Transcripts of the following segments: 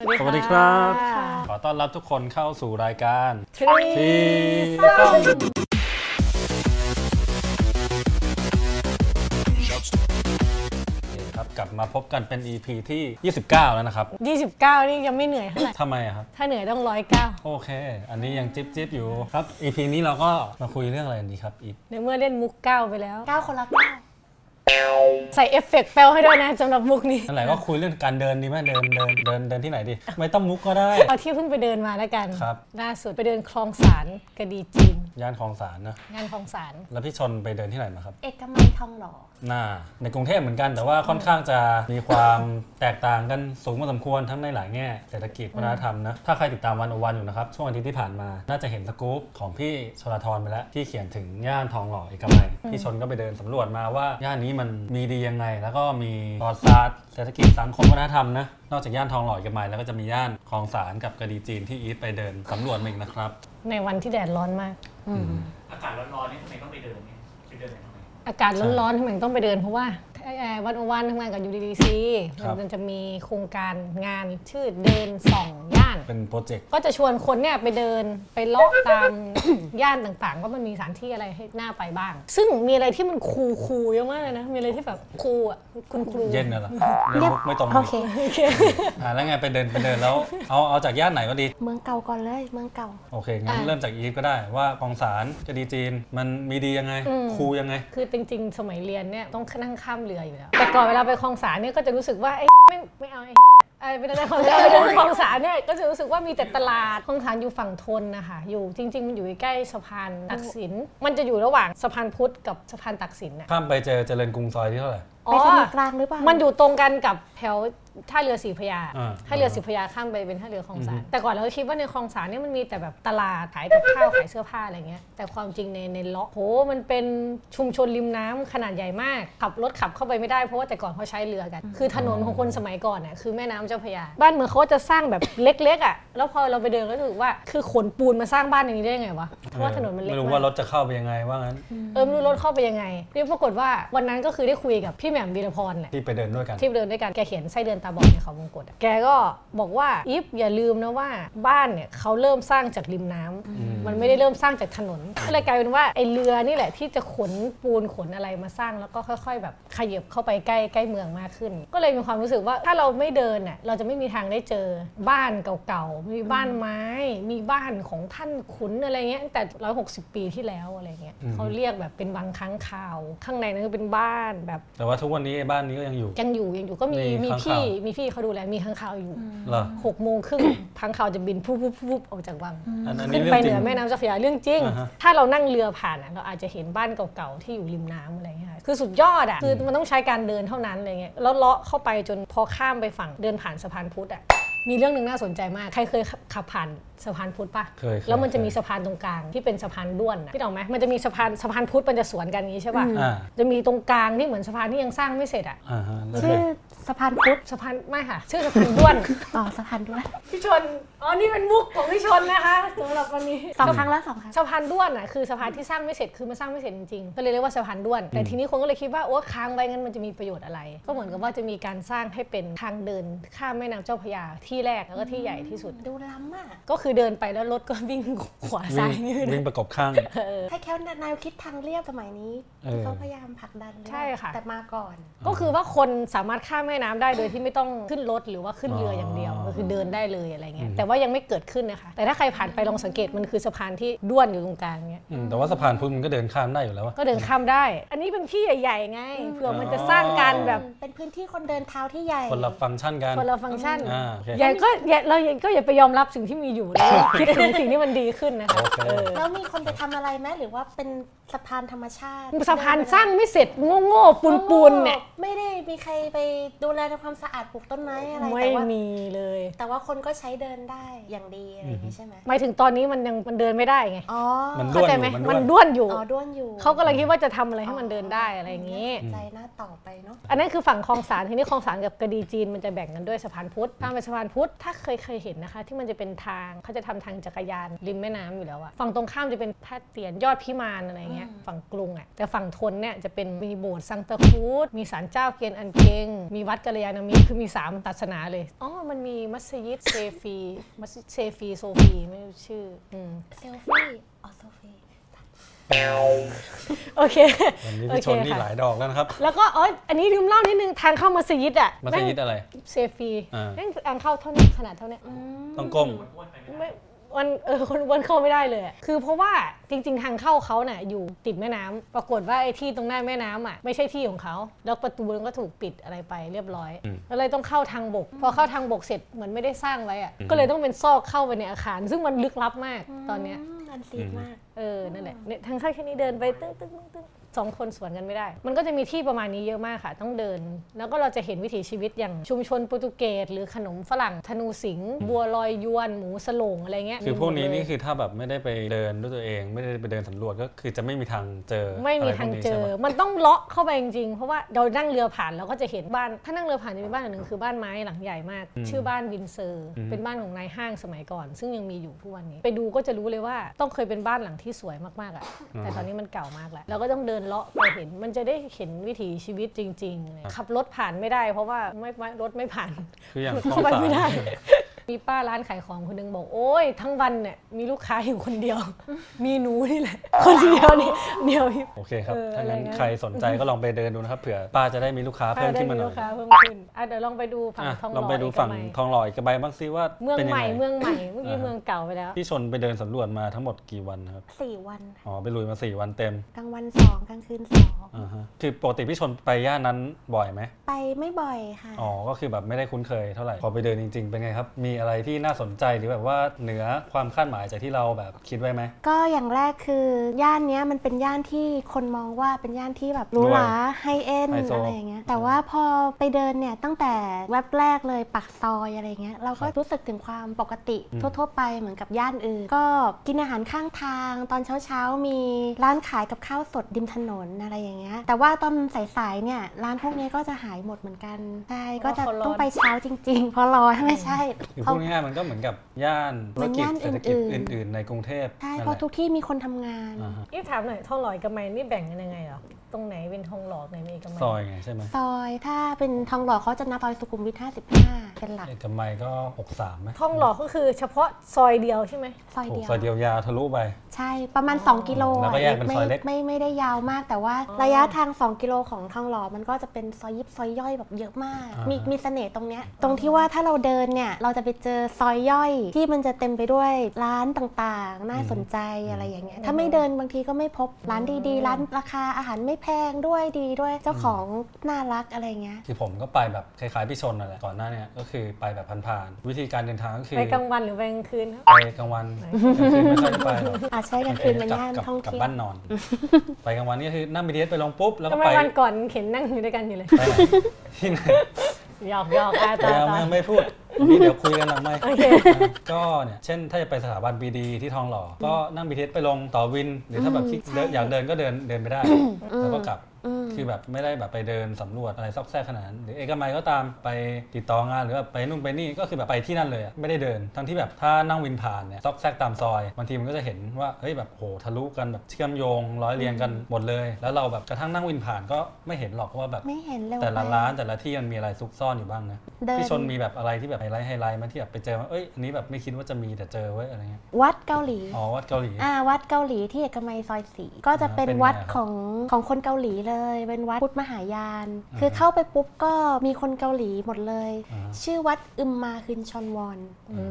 สวัสดีครับ ค่ะ ขอต้อนรับทุกคนเข้าสู่รายการ ทรี ที่ ครับกลับมาพบกันเป็น EP ที่ 29 แล้วนะครับ ยี่สิบเก้านี่ยังไม่เหนื่อยเท่าไหร่ ทำไมอะครับ ถ้าเหนื่อยต้องร้อยเก้า โอเค อันนี้ยังจิ๊บจิ๊บอยู่ครับ EP นี้เราก็มาคุยเรื่องอะไรกันดีครับอีฟ ในเมื่อเล่นมุกเก้าไปแล้ว เก้าคนละเก้า ใส่เอฟเฟกต์แปลวให้ด้วยนะสำหรับมุกนี้ นั่นแหละก็คุยเรื่องการเดินดีไหมเดินเดินเดินเดินที่ไหนดี ไม่ต้องมุกก็ได้ เอาที่เพิ่งไปเดินมาแล้วกัน ครับ ล่าสุดไปเดินคลองสารกระดีจีน ย่านคลองสารนะ งานคลองสาร แล้วพี่ชนไปเดินที่ไหนมาครับ เอกมัยทองหล่อ น่าในกรุงเทพเหมือนกัน แต่ว่าค่อนข้างจะมีความแตกต่างกันสูงพอสมควรทั้งในหลายแง่ เศรษฐกิจวัฒนธรรมนะ ถ้าใครติดตามวันอวันอยู่นะครับ ช่วงอาทิตย์ที่ผ่านมา น่าจะเห็นสกู๊ปของพี่ชลาธรไปแล้ว ที่เขียนถึงย่านทองหล่อเอกมัยพี่ชนก็ไปเดินสำรวจมาว่าย่านนี้มันมีดียังไง แล้วก็มีประวัติศาสตร์เศรษฐกิจสังคมวัฒนธรรมนะ นอกจากย่านทองหล่อเอกมัยแล้วก็จะมีย่านคลองสารกับกระดีจีนที่อีทไปเดินสำรวจมาอีกนะครับ ในวันที่แดดร้อนมาก อากาศร้อนๆเนี่ยทำไมต้องไปเดินเนี่ยไปเดินทำไม อากาศร้อนๆทำไมต้องไปเดินเพราะว่าวันโอวันทำงานกับ UDDC ครับ มันจะมีโครงการงานชื่อเดินส่องย่าน เป็นโปรเจกต์ ก็จะชวนคนเนี่ยไปเดินไปเลาะตาม ย่านต่างๆ ว่ามันมีสถานที่อะไรให้น่าไปบ้าง ซึ่งมีอะไรที่มันคูคูลๆเยอะมากเลยนะ มีอะไรที่แบบคูลอ่ะคุณครู เย็นน่ะเหรอเรียกไม่ตรง โอ นี่ เค อ่าแล้วไงไปเดินไปเดินแล้วเอาเอาจากย่านไหนก็ดี เมืองเก่าก่อนเลย เมืองเก่า โอเค งั้นเริ่มจากอีฟก็ได้ว่ากองสารจะดีจีน มันมีดียังไง ครูยังไง คือจริงๆ สมัยเรียนเนี่ยต้องนั่งข้ามเรืออยู่แล้ว แต่ก่อนเวลาไปคลองสารเนี่ยก็จะรู้สึกว่าไอ้ไม่งไม่เอาไอ้ไอ้ไปเดินคลอง สารไปเดินคลองสารเนี่ยก็จะรู้สึกว่ามีแต่ตลาดคลองสารอยู่ฝั่งทนนะคะอยู่จริง ๆ มันอยู่ใกล้สะพานตักสิน มันจะอยู่ระหว่างสะพานพุทธกับสะพานตักสินน่ะ ข้ามไปเจอเจริญกรุงซอยที่เท่าไหร่ อ๋ ไป อ สมุทรกลางหรือเปล่า มั มัน อยู่ตรงกันกับแถวท่าเรือสีพระยา อ่า ท่าเรือสีพระยาข้ามไปเป็นท่าเรือคลองสารแต่ก่อนเราก็คิดว่าในคลองสารเนี่ยมันมีแต่แบบตลาดขายกับข้าวขายเสื้อผ้าอะไรเงี้ย แต่ความจริงในในเลาะโหมันเป็นชุมชนริมน้ำขนาดใหญ่มาก ขับรถขับเข้าไปไม่ได้เพราะว่าแต่ก่อนเขาใช้เรือกัน คือถนนของคนสมัยก่อนน่ะคือแม่น้ำเจ้าพระยา บ้านเมืองเขาจะสร้างแบบเล็กๆอ่ะ แล้วพอเราไปเดินก็รู้สึกว่าคือขนปูนมาสร้างบ้านอย่างนี้ได้ยังไงวะ เพราะว่าถนนมันเล็ก ไม่รู้ มาก ว่ารถจะเข้าไปยังไงว่างั้น เออไม่รู้รถเข้าไปยังไงเรียกปรากฏว่าวันนั้นก็คือได้คุยกับพี่แหม่มวีรพรแหละ ที่ไปเดินด้วยกัน ที่เดินด้วยกัน แกเขียนไส้เดือนตาบอดในเขาวงกตอะแกก็บอกว่าอิฟอย่าลืมนะว่าบ้านเนี่ยเขาเริ่มสร้างจากริมน้ำ ม มันไม่ได้เริ่มสร้างจากถนน ก็เลยกลายเป็นว่าไอเรือนี่แหละที่จะขนปูนขนอะไรมาสร้างแล้วก็ค่อย ๆ แบบขยับเข้าไปใกล้ใกล้เมืองมากขึ้น ก็เลยมีความรู้สึกว่าถ้าเราไม่เดินน่ะเราจะไม่มีทางได้เจอบ้านเก่าๆมีบ้านไม้ มีบ้านของท่านขุนอะไรเงี้ยตั้งแต่ 160 ปีที่แล้วอะไรเงี้ยเขาเรียกแบบเป็นบางครั้งข่าว ข้างในนั้นคือเป็นบ้านแบบ แต่ว่าทุกวันนี้ไอ้บ้านนี้ก็ยังอยู่ ยังอยู่ยังอยู่ก็มี มี มี ค้าง พี่ คาว มีพี่เขาดูแลมีค้างคาวอยู่ เหรอ หกโมงครึ่ง ค้างคาวจะบินปุ๊บปุ๊บปุ๊บออกจากวัง อันอันนี้ ขึ้น เรื่ไปองจ เหนืริง อแม่น้ำเจ้าพระยาเรื่องจริง อ่าฮะ ถ้าเรานั่งเรือผ่านอะเราอาจจะเห็นบ้านเก่าๆที่อยู่ริมน้ำอะไรเงี้ยค่ะคือสุดยอดอ่ะคือมันต้องใช้การเดินเท่านั้นอะไรเงี้ยแล้วเลาะเข้าไปจนพอข้ามไปฝั่งเดินผ่านสะพานพุทธอ่ะมีเรื่องหนึ่งน่าสนใจมากใครเคยขับผ่านสะพานพุทธปะ เคยเคย แล้วมันจะมี เคย สะพานตรงกลางที่เป็นสะพานด้วนนะพี่ดอกไหมมันจะมีสะพานสะพานพุทธมันจะสวนกันอย่างงี้ใช่ป่ะ อ่า จะมีตรงกลางที่เหมือนสะพานที่ยังสร้างไม่เสร็จอ่ะ อ่าฮะแล้ว ชื่อ ไง สะพานพุทธ สะพานไม่ค่ะ ชื่อสะพานด้วน ต่อสะพานด้วย พี่ชน อ๋อ นี่เป็นมุกของพี่ชนนะคะสำหรับวันนี้ สองครั้งแล้วสองครั้ง สะพานด้วนอ่ะคือสะพานที่สร้างไม่เสร็จคือมันสร้างไม่เสร็จจริงๆก็เลยเรียกว่าสะพานด้วน แต่ทีนี้คนก็เลยคิดว่าโอ้ค้างไว้งั้นมันจะมีประโยชน์อะไร ก็เหมือนกับว่าจะมีการสร้างให้เป็นทางเดินข้ามแม่น้ำเจ้าพระยาที่แรกแล้วก็ที่ใหญ่ที่สุด ดูล้ำอ่ะ ก็คือเดินไปแล้วรถก็วิ่งขวา วิ่ ซ้าง ยนี่ วิ่งประกบข้าง เออ ให้แค่แนวคิดทางเรียบสมัยนี้ เออ ที่เขาพยายามผลักดัน ใช่ค่ะ แต่มาก่อน ก็คือว่าคนสามารถข้ามแม่น้ำได้โดยที่ไม่ต้องขึ้นรถหรือว่าขึ้นเรืออย่างเดียว อ๋อ ก็คือเดินได้เลยอะไรเงี้ย อืม แต่ว่ายังไม่เกิดขึ้นนะคะ แต่ถ้าใครผ่านไปลองสังเกตมันคือสะพานที่ด้วนอยู่ตรงกลางเงี้ย อืมแต่ว่าสะพานพุทธมันก็เดินข้ามได้อยู่แล้ววะ ก็เดินข้ามได้ อันนี้เป็นที่ใหญ่ ๆ ไงเผื่อมันจะ อ๋อ สร้างการแบบ เป็นพื้นที่คนเดินเท้าที่ใหญ่ คนละฟังก์ชันกัน คนละฟังก์ชัน อ่าโอเค อย่าก็อย่าเราอย่าก็อย่าไปยอมรับสิ่งที่มีอยู่แล้วคิดถึงสิ่งที่มันดีขึ้นนะคะ โอเค เออ แล้วมีคนไปทำอะไรไหมหรือว่าเป็นสะพานธรรมชาติ สะพานสร้างไม่เสร็จโง่ๆปูนๆเนี่ย ไม่ได้มีใครไปดูแลทำความสะอาดปลูกต้นไม้อะไร ไม่ แต่ว่า มีเลย แต่ว่าคนก็ใช้เดินได้อย่างดีอะไรอย่างนี้ใช่ไหม หมายถึงตอนนี้มันยังมันเดินไม่ได้ไง อ๋อ มันด้ เข้า วน ใจ อยู่ ไหม มัน มัน ด้ด้ววนนอยู่ อ๋อ ด้วนอยู่ เขากำลังคิดว่าจะทำอะไรให้มันเดินได้อะไรอย่างนี้ น่าสนใจน่าต่อไปเนาะ อันนั้นคือฝั่งคลองสารทีนี้คลองสารกับกระดีจีนมันจะแบ่งกันด้วยสะพานพุทธข้ามไปสะพานพุทธถ้าเคยเคยเห็นนะคะ ที่มันจะเป็นทางเขาจะทำทางจักรยานริมแม่น้ำอยู่แล้วอะฝั่งตรงข้ามจะเป็นท่าเตียนยอดพิมานอะไรเงี้ยฝั่งกรุงอะแต่ฝั่งทนเนี่ยจะเป็นมีโบสถ์ซังตะครูดมีศาลเจ้าเกียนอันเกงมีวัด วัดกัลยาณมิตรคือมี 3 ศาสนาเลย อ๋อ มันมีมัสยิดเซฟีมัสยิดเซฟีโซฟีไม่รู้ชื่ออืม เซลฟี่อ๋อเซลฟี่ โอเค วันนี้ โอ พี่ เค ชนนี่ ค่ะ หลายดอกแล้วนะครับ แล้วก็อ๋ออันนี้ลืมเล่านิดนึงทางเข้ามัสยิดอ่ะ มัสยิดอะไร เซฟี อ่า นั่นทางเข้าเท่านี้ขนาดเท่านี้ ต้องก้ม มันอ้วนไปไหม ไม่วันเออคนวนเข้าไม่ได้เลยอะคือเพราะว่าจริง ๆ ทางเข้าเขาน่ะอยู่ติดแม่น้ำปรากฏว่าไอ้ที่ตรงหน้าแม่น้ำอ่ะไม่ใช่ที่ของเขาแล้วประตูมันก็ถูกปิดอะไรไปเรียบร้อย อืม ก็เลยต้องเข้าทางบก พอเข้าทางบกเสร็จเหมือนไม่ได้สร้างไว้อ่ะก็เลยต้องเป็นซอกเข้าไปในอาคาร ซึ่งมันลึกลับมากตอนเนี้ย มอันซีดมาก เออนั่นแหละเนี่ยทางเข้าแค่นี้เดินไปตึ้งตึ้งตึ้งตึ้งสองคนสวนกันไม่ได้ มันก็จะมีที่ประมาณนี้เยอะมากค่ะ ต้องเดิน แล้วก็เราจะเห็นวิถีชีวิตอย่างชุมชนโปรตุเกสหรือขนมฝรั่งธนูสิงห์ อืม บัวลอยยวนหมูสโลงอะไรเงี้ย คืมีหอมด พวกนี้ เลย นี่คือถ้าแบบไม่ได้ไปเดินด้วยตัวเอง ไม่ได้ไปเดินสำรวจก็คือจะไม่มีทางเจอ ไม่มี ะรพว ทากง นี้ เจ ใช่ อ ปะ มันต้องเลาะเข้าไปจริงๆ เพราะว่าเรานั่งเรือผ่านเราก็จะเห็นบ้าน ถ้านั่งเรือผ่านจะมีบ้านหลังหนึ่งคือบ้านไม้หลังใหญ่มาก อืม ชื่อบ้านวินเซอร์ อืม เป็นบ้านของนายห้างสมัยก่อน ซึ่งยังมีอยู่ทุกวันนี้ ไปดูก็จะรู้เลยว่าต้องเคยเป็นบ้านหลังที่สวยมากๆอะแต่ตอนนี้มันเก่ามากแล้ว เราก็ต้องเดินเลาะไปเห็น มันจะได้เห็นวิถีชีวิตจริงๆเลยขับรถผ่านไม่ได้ เพราะว่าไม่ไม่รถไม่ผ่าน คืออย่าง เข้าไป คลองสา ไม่ได้ เนี่ย มีป้าร้านขายของคนหนึงบอก โอ้ยทั้งวันเนี่ยมีลูกค้าอยู่คนเดียว มีหนูนี่แหละ คนเดียวนี่ เดียวพี่ โอเคครับ เออ ถ้างั้น อะไรนะ ใครสนใจก็ลองไปเดินดูนะครับ เผื่อป้าจะได้มีลูกค้าเพิ่มขึ้นมาหน่อได้ลูยกค้าเพิ่มขึ้นอ่ะเดี๋ยวลองไปดูฝั่ง อ่ะ ทองห ล ล่ อ อง ไปดู เอก ฝั่ง มัย ทองหล่ออีกกระใบบ้างซิว่า เมือง เป็นยั ให ง ม่ ไง เมืองใหม่เมื่อกี้ อ่า เมืองเก่าไปแล้ว พี่ชนไปเดินสำรวจมาทั้งหมดกี่วันครับ สี่วันค่ะ อ๋อ ไปลุยมา 4 วันเต็ม กลางวันสองกลางคืนสอง อ่าฮะ คือปกติพี่ชนไปย่านนั้นบ่อยไหม ไปไม่บ่อยค่ะ อ๋อ ก็คือแบบไม่ได้คุ้นเคยเท่าไหร่ พอไปเดินจริง ๆ เป็นไงครับ มีอะไรที่น่าสนใจหรือแบบว่าเหนือความคาดหมายจากที่เราแบบคิดไว้ไหม ก็อย่างแรกคือย่านเนี้ยมันเป็นย่านที่คนมองว่าเป็นย่านที่แบบหรูหราไฮเอ็น ไฮโซ อะไรอย่างเงี้ยแต่ว่าพอไปเดินเนี่ยตั้งแต่แว็บแรกเลยปากซอยอะไรเงี้ยเราก็รู้สึกถึงความปกติ อืม ทั่วๆไปเหมือนกับย่านอื่น ก็กินอาหารข้างทางตอนเช้าๆ มีร้านขายกับข้าวสดริมถนนอะไรอย่างเงี้ยแต่ว่าตอนสายๆเนี่ยร้านพวกเนี้ยก็จะหายหมดเหมือนกันใช่ เพ ก็ ราะว่า จะ เขาร้อน ต้องไปเช้าจริงๆเพราะร้อนไม่ใช่ คือ เพ พู ราะ ดง่ายๆมันก็เหมือนกับย่านธุรกิจ มันย่าน เศรษฐกิจ อื่นๆ อื่น ๆ ในกรุงเทพ ใช่ นั่นแหเพราะ ละ ทุกที่มีคนทำงาน อ่าฮะ นี่ถามหน่อยทองหล่อเอกมัยนี่แบ่งกันยังไงเหรอ ตรงไหนเป็นทองหล่อไหนเป็นเอกมัย ซอยไงใช่ไหม ซอยถ้าเป็นทองหล่อเขาจะนับซอยสุขุมวิท 55 เป็นหลัก เอกมัยก็ 63ไหม ทองหล่อก็คือเฉพาะซอยเดียวใช่ไหม ซอย โอ้ เดียว ซอยเดียวยาวทะลุไป ใช่ประมาณ 2 กิโล แล้วก็แยกเป็น ไม่ ซอยเล็ก ไม่ไม่ได้ยาวมากแต่ว่า อ๋อ ระยะทาง 2 กิโลของทองหล่อมันก็จะเป็นซอยยิบซอยย่อยแบบเยอะมาก มีมีเสน่ห์ตรงเนี้ยตรงที่ว่าถ้าเราเดินเนี่ย เราจะไปเจอซอยย่อยที่มันจะเต็มไปด้วยร้านต่างๆ น่าสนใจอะไรอย่างเงี้ยถ้าไม่เดินบางทีก็ไม่พบร้านดีๆ ร้านราคาอาหารไม่แพงด้วยดีด้วยเจ้าของน่ารักอะไรเงี้ย คือผมก็ไปแบบคล้ายๆพี่ชนนั่นแหละก่อนหน้าเนี่ยก็คือไปแบบผ่านๆวิธีการเดินทางก็คือ ไปกลางวันหรือไปกลางคืนครับ ไปกลางวันกลางคืนไม่ค่อยได้ไปหรอก อาจใช้กลางคืนมันย่าน กลับ ท่อง กลับ เที่ยว บ้านนอน ไปกลางวันนี่คือนั่ง BTS ไปลงปุ๊บ แล้ว ก็ ก็ ไม่ ไป วันก่อนเห็นนั่งอยู่ด้วยกันอยู่เลย ไปไหนที่ไหน หยอกหยอกอ่ะต่อ เดี๋ยว ต่อ ไม่ไม่พูดนี่เดี๋ยวคุยกันหลังไม่ โอเค ก็เนี่ยเช่นถ้าจะไปสถาบัน BD ที่ทองหล่อก็นั่ง BTS ไปลงต่อวิน หรือถ้าแบบ อืม คิด ใช่ เดินอยากเดินก็เดินเดินไปได้แล้วก็กลับ อืม คือแบบไม่ได้แบบไปเดินสำรวจอะไรซอกแซกขนาดนั้นหรือเอกมัยก็ตามไปติดต่องานหรือแบบไปนู่นไปนี่ก็คือแบบไปที่นั่นเลยอะไม่ได้เดิน ทั้งที่แบบถ้านั่งวินผ่านเนี่ยซอกแซกตามซอยบางทีมันก็จะเห็นว่าเฮ้ยแบบโหทะลุกันแบบเชื่อมโยงร้อยเรียงกันหมดเลย แล้วเราแบบกระทั่งนั่งวินผ่านก็ไม่เห็นหรอกว่าแบบ ไม่เห็นเลย แต่ละ ว่ ร้านแต่ละที่มันมีอะไรซุกซ่อนอยู่บ้างนะ เดิน พี่ชนมีแบบอะไรที่แบบไฮไลท์ไฮไลท์ไหมาที่แบบไปเจอว่าเอ้ยอันนี้แบบไม่คิดว่าจะมีแต่เจอเว้ยอะไรเงี้ย วัดเกาหลี อ๋อวัดเกาหลี ่าวัดเกาหลีที่เอกมัยซอยสีก็จะเป็น เป็นไง วัด ครับ ของของคนเกาหลีเลย เป็นวัดพุทธมหายาน อ่า คือเข้าไปปุ๊บก็มีคนเกาหลีหมดเลย อ่า ชื่อวัดอึมมาคืนชอนวอน อื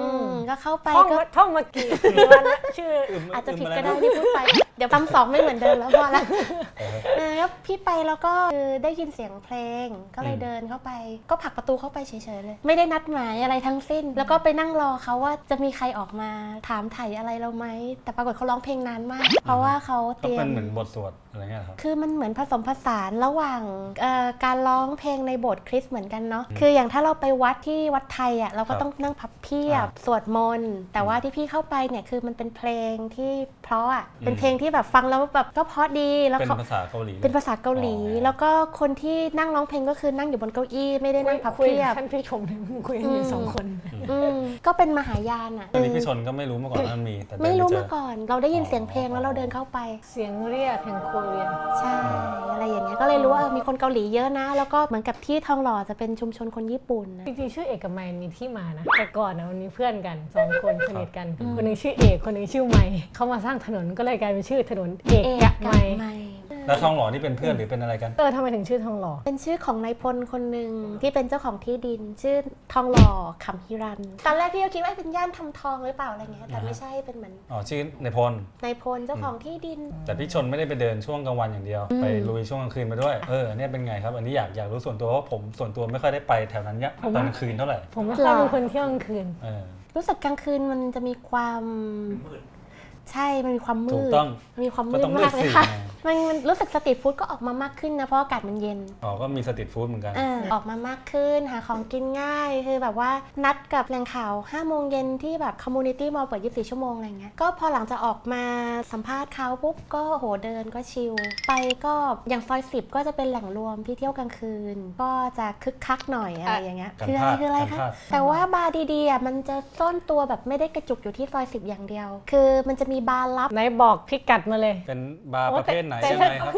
อื ม มก็เข้าไป ท่อง ก็ มาท่องมากี่กี่วันละชื่อ อาจจะผิด มรน ก็ได้ที่พูดไป เดี๋ยวซ้ำสองไม่เหมือนเดิมแล้วพอ ละเออแล้วพี่ไปแล้วก็คือได้ยินเสียงเพลงก็เลย อืม เดินเข้าไป ก็ผลักประตูเข้าไปเฉยๆเลย ไม่ได้นัดหมายอะไรทั้งสิ้น แล้วก็ไปนั่งรอเขาว่าจะมีใครออกมาถามไถ่อะไรเราไหมแต่ปรากฏเขาร้องเพลงนานมาก เพราะว่าเขาเต ก็ รีย เป็ ม นเหมือนบทสวดอะไรเงี้ยครับ คือมันเหมือนผสมผสานระหว่างเอ่อการร้องเพลงในโบสถ์คริสต์เหมือนกันเนาะคืออย่างถ้าเราไปวัดที่วัดไทยอ่ะเราคก็รับ ต้องนั่งพับเพีย อ่า บสวดมนต์แต่ว่าที่พี่เข้าไปเนี่ยคือมันเป็นเพลงที่เพราะอ่ะ อืม เป็นเพลงที่แบบฟังแล้วแบบก็เพราะดีแล้ว เป็น เขา ภาษาเกาหลีลย เป็นภาษาเกาหลี อ๋อ แล้วก็คนที่นั่งร้องเพลงก็คือนั่งอยู่บนเก้าอี้ไม่ได้นั่งพับ คุย เพียบ ท่านผู้ชมเนี่ยคุยกันอยู่สองคน อืม ก็เป็นมหายานอ่ะ อันนี้พี่ชนก็ไม่รู้มาก่อนว่ามันมีแต่เดิน ไม่ ป รู้ เจอ มาก่อน เราได้ยินเสียงเพลง อ๋อ แล้วเราเดินเข้าไป เสียงเรียกแห่งโคเรีย ใช่ อะไรอย่างเงี้ยก็เลยรู้ว่าเออมีคนเกาหลีเยอะนะ แล้วก็เหมือนกับที่ทองหล่อจะเป็นชุมชนคนญี่ปุ่นนะ จริงๆชื่อเอกมัยมีที่มานะ แต่ก่อนนะมันมีเพื่อนกันสองคนสนิทกัน อืม คนหนึงชื่อเอกคนหนึงชื่อไมค์เขามาสร้างถนนก็เลยกลายเป็นชื่อถนนเอก เอก กะไมกับ ค์ ไม่ แล้วทองหล่อนี่เป็นเพื่อนหรือเป็นอะไรกัน เออทำไมถึงชื่อทองหล่อ เป็นชื่อของนายพลคนหนึ่งที่เป็นเจ้าของที่ดิน ชื่อทองหล่อขำฮิรัน ตอนแรกพี่ก็คิดว่าเป็นย่านทำทองหรือเปล่าอะไรเงี้ยแต่ไม่ใช่เป็นเหมือน อ๋อชื่อในพล นายพลเจ้าของที่ดิน แต่พี่ชนไม่ได้ไปเดินช่วงกลางวันอย่างเดียว ไปลุยช่วงกลางคืนมาด้วย เออเนี่ยเป็นไงครับ อันนี้อยากอยากรู้ส่วนตัวเพราะผมส่วนตัวไม่ค่อยได้ไปแถวนั้นเนี่ย ผม ตอนกลางคืนเท่าไหร่ ผมไม่ค่อยเป็นคนเที่ยวกลางคืน เออ รู้สึกกลางคืนมันจะมีความ มืด ใช่มันมีความมืด ถูกต้อง มันมีความมื ก็ ด ต้องมืด มากเล สิ ยค่ะ ไง มันมันรู้สึกสตรีทฟู้ดก็ออกมามากขึ้นนะเพราะอากาศมันเย็น อ๋อก็มีสตรีทฟู้ดเหมือนกัน เออออกมามากขึ้นหาของกินง่าย คือแบบว่านัดกับแหล่งข่าว5โมงเย็นที่แบบคอมมูนิตี้มอลเปิด 24 ชั่วโมงอะไรเงี้ยก็พอหลังจากออกมาสัมภาษณ์เขาปุ๊บก็โหเดินก็ชิลไปก็อย่างซอย 10 ก็จะเป็นแหล่งรวมที่เที่ยวกลางคืน ก็จะคึกคักหน่อยอะไรอย่างเงี้ย การ คืออะ พลาดไรคืออะไร การพ คะ ลาด แต่ว่าบาร์ดีๆอ่ะมันจะซ่อนตัวแบบไม่ได้กระจุกอยู่ที่ซอยสิบอย่างเดียว คือมันจะมีบาร์ลับ ไหนบอกพิกัดมาเลย เป็นบาร์ โอ้ ประเภทไหน แต่ ยังไงครับ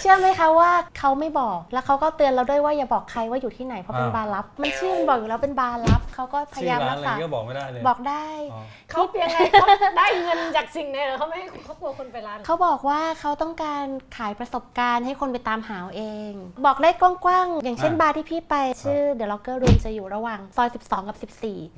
เชื่อไหมคะว่าเขาไม่บอกแล้วเขาก็เตือนเราด้วยว่าอย่าบอกใครว่าอยู่ที่ไหนเพราะเป็น อ่า บาร์ลับ มันชื่อมันบอกอยู่แล้วเป็นบาร์ลับเขาก็ชื่อยพายาม ร้า รั นอะไรกษา ก็บอกไม่ได้เลย บอกได้ อ๋อ เขาเพียงไงเขาได้เงินจากสิ่งไหนเหรอเขาไม่ให้เขากลัวคนไปร้านเขา เขาบอกว่าเขาต้องการขายประสบการณ์ให้คนไปตามหาเอาเอง บอกได้กว้างๆอย่างเช่น อ่า บาร์ที่พี่ไปชื่อ The Locker Room จะอยู่ระหว่างซอย12 กับ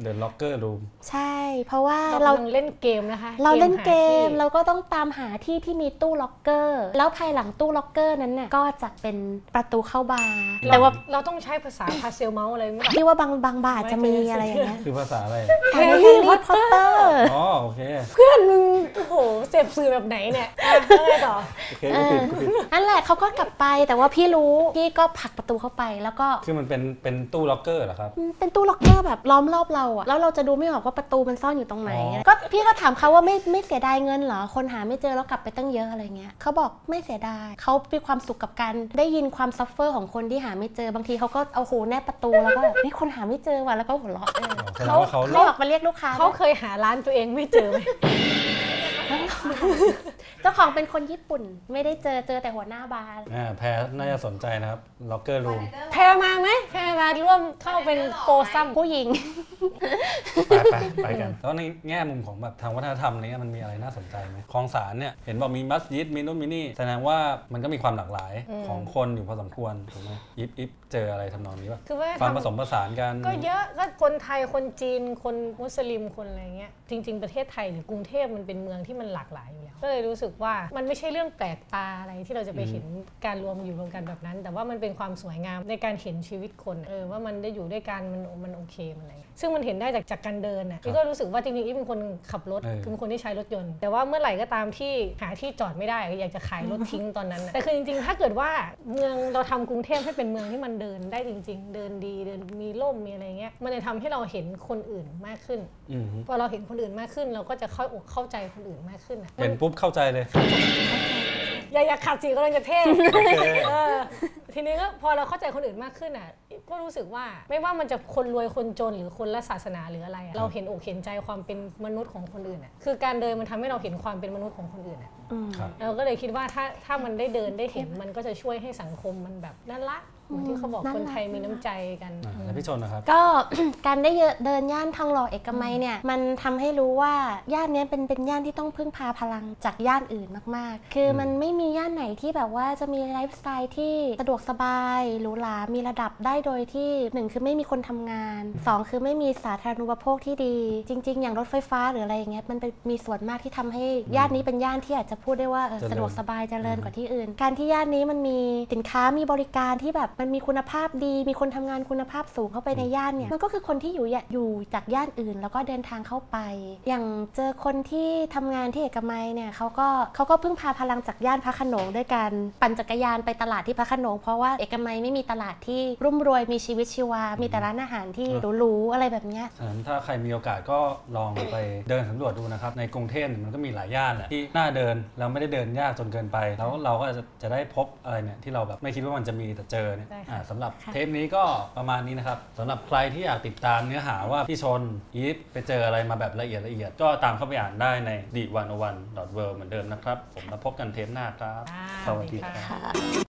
เดอะล็อกเกอร์รูม 14 ใช่ เพราะว่า เรา เรา กำลังเล่นเกมนะคะ เราเล่นเกม หาที่ เราก็ต้องตามหาที่ที่มีตู้ล็อกเกอร์ แล้วภายหลังตู้ล็อกเกอร์นั้นน่ะก็จะเป็นประตูเข้าบาร์ แต่ เรา ว่า เราต้องใช้ภาษาพาเซลเมาส์อะไรไหม พี่ว่าบางบางบาร์จะมีอะไรอย่างเงี้ย คือภาษาอะไร แฮร์ Harry รี่พอตเตอร์ อ๋อโอเค เพื่อนมึงโอ้โหเสพสื่อแบบไหนเนี่ยอ่ะแล้วไงต่อ โอเคกูผิด เออ กูผิด นั่นแหละเขาก็กลับไปแต่ว่าพี่รู้พี่ก็ผลักประตูเข้าไปแล้วก็ คือมันเป็นเป็นตู้ล็อกเกอร์เหรอครับ มันเป็นตู้ล็อกเกอร์แบบล้อมรอบเราอะแล้วเราจะดูไม่ออกว่าประตูมันซ่อนอยู่ตรงไหน อ๋อ ก็พี่ก็ถามเขาว่าไม่ไม่เสียดายเงินเหรอคนหาไม่เจอแล้วกลับไปตั้งเยอะอะไรเงี้ยเขาบอกไม่เสียดายเขามีความสุขกับการได้ยินความซัฟเฟอร์ของคนที่หาไม่เจอบางทีเขาก็เอาหูแนบประตูแล้วก็แบบนี่คนหาไม่เจอว่ะแล้วก็หัวเราะเออ อ๋อแสดง เขา ว่าเขา เขาออกมาเรียกลูกค้า เขาเคยหาร้านตัวเองไม่เจอไหม เจ้าของเป็นคนญี่ปุ่น ไม่ได้เจอเจอแต่หัวหน้าบาร์ อ่าแพรน่าจะสนใจนะครับล็อกเกอร์รูม แพรมาไหมแพรมาร่วมเข้าเป็นโปรซัม ผู้หญิง ไปไปไปกันแล้วในแง่มุมของแบบทางวัฒนธรรมอะไรเนี้ยมันมีอะไรน่าสนใจไหมคลองสารเนี่ยเห็นบอกมีมัสยิดมีนู่นมีนี่แสดงว่ามันก็มีความหลากหลายของคนอยู่พอสมควรถูกไหมอิฟอิฟเจออะไรทำนองนี้ป่ะ คือว่า ความผ ทำ สมผสานกัน ก็เยอะก็คนไทยคนจีนคนมุสลิมคนอะไรเงี้ยจริง ๆ ประเทศไทยหรือกรุงเทพมันเป็นเมืองที่มันหลากหลายอยู่แล้วก็เลยรู้สึกว่ามันไม่ใช่เรื่องแปลกตาอะไรที่เราจะไปเห็นการรวมอยู่รวมกันแบบนั้น แต่ว่ามันเป็นความสวยงามในการเห็นชีวิตคนเออว่ามันได้อยู่ด้วยกันมันมันโอเคมันอะไรซึ่งมันเห็นได้จากจากการเดินอ่ะพี่ก็รู้สึกว่าจริงๆอีฟเป็นคนขับรถ เออ เป็นคนที่ใช้รถยนต์ แต่ว่าเมื่อไหร่ก็ตามที่หาที่จอดไม่ได้อยากจะขายรถทิ้งตอนนั้น น่ะแต่คือจริงๆ ถ้าเกิดว่าเมืองเราทำกรุงเทพให้เป็นเมืองที่มันเดินได้จริง ๆ เดินดีเดินมีร่มมีอะไรเงี้ยมันจะทำให้เราเห็นคนอื่นมากขึ้น อืม พอเราเห็นคนอื่นมากขึ้น เราก็จะค่อยอกเข้าใจคนอื่นมากขึ้นอ่ะ เห็นปุ๊บเข้าใจเลย อย่าอย่าขัดสีกำลังจะเท่ โอเค เออทีนี้ก็พอเราเข้าใจคนอื่นมากขึ้นอ่ะก็รู้สึกว่าไม่ว่ามันจะคนรวยคนจนหรือคนละศาสนาหรืออะไรอะเราเห็นอกเห็นใจความเป็นมนุษย์ของคนอื่นอ่ะคือการเดินมันทำให้เราเห็นความเป็นมนุษย์ของคนอื่นอ่ะ ครับ เราก็เลยคิดว่าถ้าถ้ามันได้เดินได้เห็นมันก็จะช่วยให้สังคมมันแบบน่ารักเหมือนที่เขาบอก น่ารัก คนไทยมีน้ำใจกัน อ่ะ อืม แล้วพี่ชนนะครับ ก็ การได้เดินย่านทองหล่อเอกมัยเนี่ย มันทำให้รู้ว่าย่านเนี้ยเป็นเป็นย่านที่ต้องพึ่งพาพลังจากย่านอื่นมากๆ คืออ ม มันไม่มีย่านไหนที่แบบว่าจะมีไลฟ์สไตล์ที่สะดวกสบายหรูหรามีระดับได้โดยที่หนึ่งคือไม่มีคนทำงานสองคือไม่มีสาธารณูปโภคที่ดี จริง ๆ อย่างรถไฟฟ้าหรืออะไรอย่างเงี้ยมันเป็นมีส่วนมากที่ทำให้ย่านนี้เป็นย่านที่อาจจะพูดได้ว่าเออสะดวกสบายเจริญกว่าที่อื่น การที่ย่านนี้มันมีสินค้ามีบริการที่แบบมันมีคุณภาพดี มีคนทำงานคุณภาพสูงเข้าไปในย่านเนี่ยมันก็คือคนที่อยู่ย่าอยู่จากย่านอื่น แล้วก็เดินทางเข้าไป อย่างเจอคนที่ทำงานที่เอกมัยเนี่ยเขาก็เขาก็เพิ่งพาพลังจากย่านพระโขนงด้วยการปั่นจักรยานไปตลาดที่พระโขนงเพราะว่าเอกมัยไม่มีตลาดที่รุ่มรวยมีชีวิตชีวา มีแต่ร้านอาหารที่หรูๆอะไรแบบเนี้ย ฉะนั้นถ้าใครมีโอกาสก็ลองไปเดินสำรวจดูนะครับ ในกรุงเทพเนี่ยมันก็มีหลายย่านแหละที่น่าเดินแล้วไม่ได้เดินยากจนเกินไป แล้วเราก็จะจะได้พบอะไรเนี่ยที่เราแบบไม่คิดว่ามันจะมีแต่เจอเนี่ย ได้ค่ะ อ่าสำหรับ ค่ะ เทปนี้ก็ประมาณนี้นะครับสำหรับใครที่อยากติดตามเนื้อหาว่าพี่ชนอีฟไปเจออะไรมาแบบละเอียดละเอียด ก็ตามเข้าไปอ่านได้ในดีวันวันดอทเเหมือนเดิมนะครับ ผมแล้วพบกันเทปหน้าครับ อ่า สวัสดีครับ ค่ะ